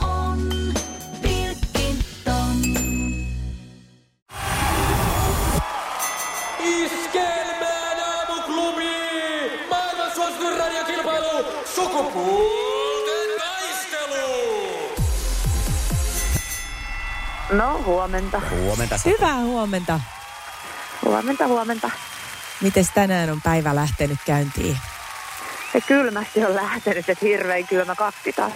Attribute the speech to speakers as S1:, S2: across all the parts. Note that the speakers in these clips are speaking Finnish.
S1: on Pilkington.
S2: Iskelmään aamuklubi! Maailman suosituin radiokilpailu! Sukupuolten taistelu!
S3: No huomenta.
S4: Huomenta.
S5: Hyvää huomenta.
S3: Huomenta, huomenta.
S5: Mites tänään on päivä lähtenyt käyntiin?
S3: Se kylmästi on lähtenyt, että hirveän kylmä kakti taas.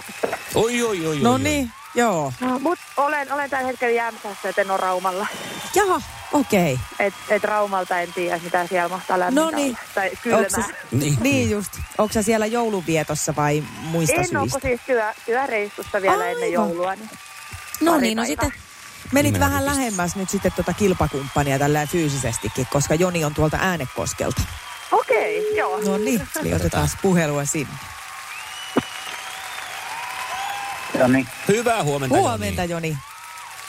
S4: Oi, oi, oi,
S5: No
S4: oi,
S5: niin, joo.
S3: No, mut olen, olen tällä hetkellä Jämsässä, että en ole Raumalla.
S5: Jaha, okei.
S3: Et, et Raumalta en tiedä, mitä siellä mahtaa lämmintä
S5: No niin.
S3: olla. Tai
S5: Okay.
S3: kylmää.
S4: Niin.
S5: niin just. Onko sä siellä joulunvietossa vai muista
S3: En ole, kun
S5: syistä?
S3: siis työ, työreissussa vielä
S5: Aivan.
S3: ennen joulua. Niin.
S5: No
S3: pari
S5: niin, no
S3: päivää.
S5: sitten menit
S4: Nimenä
S5: vähän
S4: ripistä.
S5: lähemmäs nyt sitten tuota kilpakumppania tällä fyysisestikin, koska Joni on tuolta äänekoskelta.
S3: Okei, okay, joo.
S5: No niin, eli otetaan puhelua sinne.
S6: Jani,
S4: Hyvää huomenta.
S5: Huomenta
S4: Joni.
S5: Joni.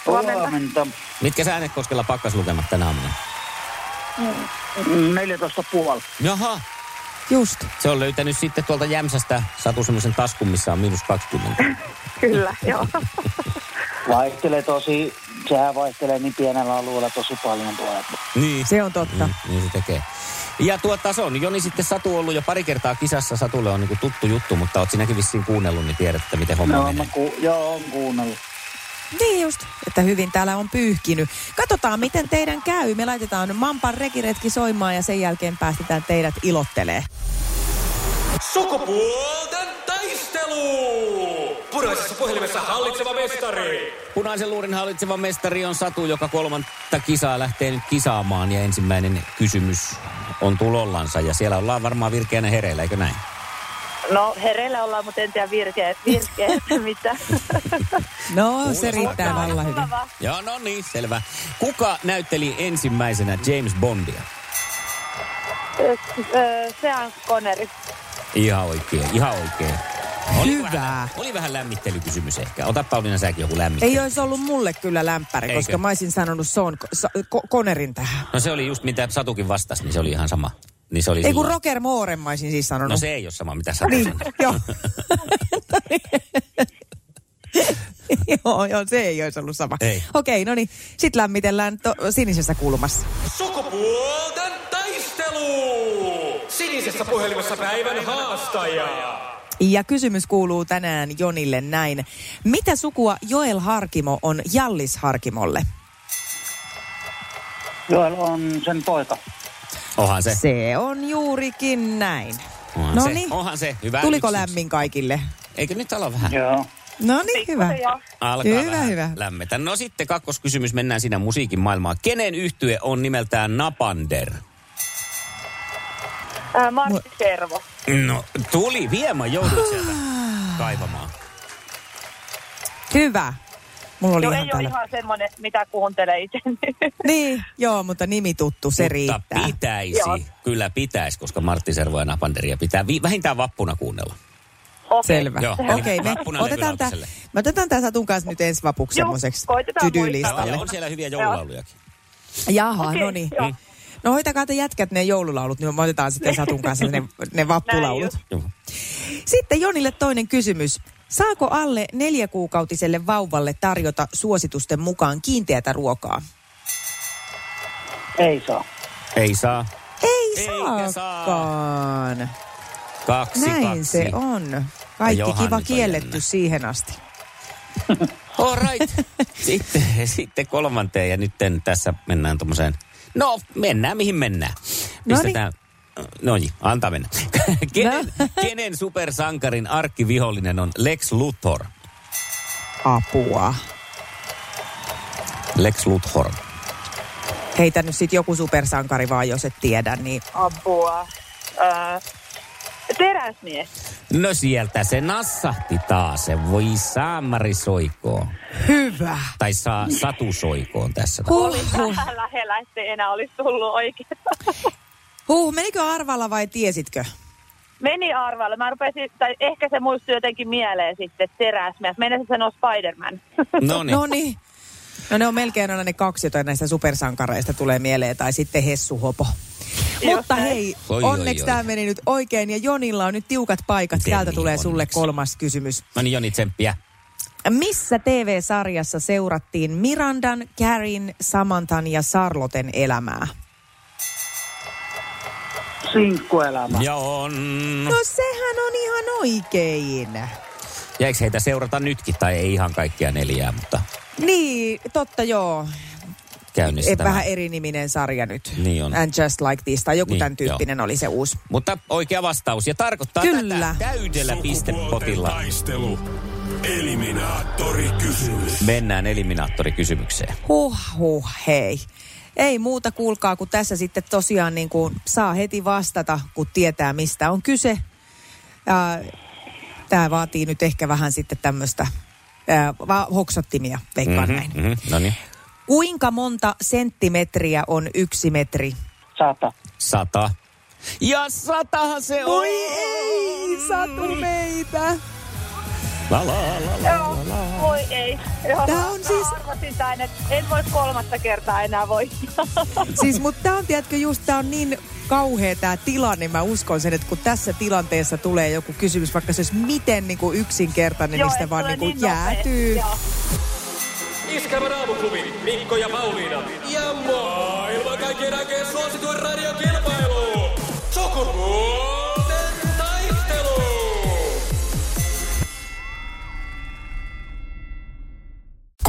S3: Huomenta.
S6: huomenta.
S4: Mitkä sä äänekoskella pakkaslukemat tänä aamuna?
S6: 14 puoli.
S4: Jaha.
S5: Just.
S4: Se on löytänyt sitten tuolta Jämsästä Satu semmoisen taskun, missä on miinus 20.
S3: Kyllä, joo.
S6: Vaihtelee tosi, sehän vaihtelee niin pienellä alueella tosi paljon tuolla.
S4: niin.
S5: Se on totta.
S4: Niin, niin se tekee. Ja tuota, se on Joni sitten Satu ollut jo pari kertaa kisassa. Satulle on niinku tuttu juttu, mutta oot sinäkin vissiin kuunnellut, niin tiedät, että miten homma
S6: No,
S4: menee.
S6: mä ku, joo, on kuunnellut.
S5: Niin just, että hyvin täällä on pyyhkinyt. Katsotaan, miten teidän käy. Me laitetaan Mampan rekiretki soimaan ja sen jälkeen päästetään teidät ilottelee.
S2: Sukupuolten taistelu! Punaisessa puhelimessa hallitseva mestari!
S4: Punaisen luurin hallitseva mestari on Satu, joka kolmatta kisaa lähtee nyt kisaamaan. Ja ensimmäinen kysymys on tulollansa. Ja siellä ollaan varmaan virkeänä hereillä, eikö näin?
S3: No hereillä ollaan, mutta en tiedä virkeä, virkeä mitä.
S5: No, se riittää valla hyvin.
S3: Mukavaa.
S4: Joo, no niin, selvä. Kuka näytteli ensimmäisenä James Bondia?
S3: Ö, ö, Se on koneri.
S4: Ihan oikein, ihan oikein.
S5: Hyvä.
S4: Vähän, oli vähän lämmittelykysymys ehkä. Ota Pauliina säkin joku lämmittely.
S5: Ei olisi ollut mulle kyllä lämpäri,
S4: Eikö?
S5: koska mä olisin sanonut Son, sa, ko, Konerin tähän.
S4: No se oli just mitä Satukin vastasi, niin se oli ihan sama. Niin se oli
S5: Ei kun
S4: silloin-
S5: Roger Mooren mä olisin siis sanonut.
S4: No se ei ole sama mitä Satu
S5: Niin,
S4: sanoi.
S5: joo. joo, joo, se ei olisi ollut sama.
S4: Ei.
S5: Okei, no niin, sit lämmitellään to, sinisessä kulmassa.
S2: Sukupuolten taistelu! Sinisessä puhelimessa päivän haastaja!
S5: Ja kysymys kuuluu tänään Jonille näin. Mitä sukua Joel Harkimo on Jallis Harkimolle?
S6: Joel on sen poika.
S4: Onhan se.
S5: Se on juurikin näin.
S4: Onhan
S5: No
S4: se.
S5: niin.
S4: Onhan se. Hyvä
S5: Tuliko
S4: yksi.
S5: lämmin kaikille?
S4: Eikö nyt ala vähän?
S6: Joo.
S5: No niin, hyvä.
S3: joo.
S4: Alkaa
S5: hyvä,
S4: vähän
S5: hyvä.
S4: lämmetä. No sitten kakkoskysymys, mennään siinä musiikin maailmaan. Kenen yhtye on nimeltään Napander?
S3: Ö, Martti Servo.
S4: No, tuli viemä, joudut sieltä
S5: Ah.
S4: kaivamaan.
S5: Hyvä. Mulla oli
S3: No
S5: ihan
S3: ei ole
S5: täällä.
S3: ihan semmoinen, mitä kuuntelee itse.
S5: Niin, joo, mutta nimi tuttu, se
S4: Mutta
S5: riittää.
S4: pitäisi,
S3: Joo.
S4: kyllä pitäisi, koska Martti Servo ja Napanderia pitää vi- vähintään vappuna kuunnella.
S3: Okei.
S5: Selvä.
S4: Joo, eli
S5: Okei, me
S4: vappuna
S5: otetaan tämä,
S4: Lepylautaselle.
S5: me otetaan tämä Satun kanssa nyt ensi vapuksi
S3: Joo,
S5: semmoiseksi
S3: koitetaan
S4: Ja, ja
S5: tydylistalle.
S4: on siellä hyviä joululaulujakin.
S5: Jaha,
S3: Okei,
S5: no niin.
S3: joo.
S5: No hoitakaa te jätkät ne joululaulut, niin me otetaan sitten Satun kanssa ne, ne vappulaulut.
S3: Näin
S4: Joo.
S5: Sitten Jonille toinen kysymys. Saako alle neljäkuukautiselle vauvalle tarjota suositusten mukaan kiinteätä ruokaa?
S6: Ei saa.
S4: Ei saa.
S5: Ei
S4: Eikä saa.
S5: saakaan.
S4: Kaksi,
S5: Näin
S4: kaksi.
S5: se on. Kaikki
S4: Ja Johan
S5: kiva
S4: nyt on
S5: kielletty
S4: jännä.
S5: siihen asti.
S4: All right. sitten, sitten kolmanteen ja nyt tässä mennään tuommoiseen. No, mennään mihin mennään. Pistetään. No niin, antaa mennä. kenen,
S5: No.
S4: kenen supersankarin arkkivihollinen on Lex Luthor?
S5: Apua.
S4: Lex Luthor.
S5: Heitä nyt sitten joku supersankari vaan, jos et tiedä, niin
S3: Apua. Ää, teräsmies.
S4: No sieltä se nassahti taas. Se voi saamari soikoon.
S5: hyvä.
S4: Tai saa satu soikoon tässä.
S5: Huh, huh,
S3: Vähän lähellä, ettei enää olisi tullut oikein.
S5: huh. menikö arvalla vai tiesitkö?
S3: Meni arvailla. Mä rupesin, tai ehkä se muistui jotenkin mieleen sitten teräsmies. Meinasin sanoa Spider-Man.
S4: No niin.
S5: No niin. No ne on melkein aina ne kaksi, joita näistä supersankareista tulee mieleen, tai sitten Hessu Hopo. Mutta
S3: näin.
S5: hei,
S4: Oi, oi,
S5: onneksi
S4: oi.
S5: tämä meni nyt oikein ja Jonilla on nyt tiukat paikat.
S4: Miten
S5: Täältä
S4: niin,
S5: tulee sulle
S4: onneksi?
S5: kolmas kysymys.
S4: No niin, Joni Tsemppiä.
S5: Missä TV-sarjassa seurattiin Mirandan, Karin, Samantan ja Sarloten elämää?
S6: Sinkkuelämä.
S4: Ja on.
S5: No sehän on ihan oikein.
S4: Ja eikö heitä seurata nytkin, tai ei ihan kaikkia neljää, mutta
S5: Niin, totta joo.
S4: käynnissä
S5: Eh,
S4: tämä.
S5: Vähän eri niminen sarja nyt.
S4: Niin on.
S5: And Just Like This tai joku
S4: Niin,
S5: niin, tämän tyyppinen oli se uusi.
S4: Mutta oikea vastaus, ja tarkoittaa
S5: Kyllä.
S4: tätä täydellä pistepotilla.
S1: taistelu. Eliminaattori kysymys.
S4: Mennään eliminaattorikysymykseen.
S5: Huh, huh, hei. Ei muuta kuulkaa, kun tässä sitten tosiaan niin kuin saa heti vastata, kun tietää mistä on kyse. Tämä vaatii nyt ehkä vähän sitten tämmöistä hoksottimia, veikkaan mm-hmm. näin.
S4: Mm-hmm. No niin.
S5: Kuinka monta senttimetriä on yksi metri?
S6: Sata.
S4: Sata. Ja satahan se on!
S5: ei, satu meitä.
S4: La, la, la, la.
S3: Joo, voi ei. Joo,
S5: Tää on
S3: mä
S5: siis-
S3: arvasin tän, että en voi kolmatta kertaa enää voittaa.
S5: Siis, mutta tämä on, tiedätkö, just tämä on niin kauhea tämä tilanne. Mä uskon sen, että kun tässä tilanteessa tulee joku kysymys, vaikka se olisi miten niin kuin yksinkertainen,
S3: Joo,
S5: niin sitä
S3: et
S5: vaan
S3: ole
S5: niin kuin
S3: niin nopea.
S5: jäätyy.
S3: Joo.
S2: Iskävän aamuklubi, Mikko ja Pauliina. Ja maailman kaikkien aikeen suosituen radiokilpailu. Sukupuolten taistelu.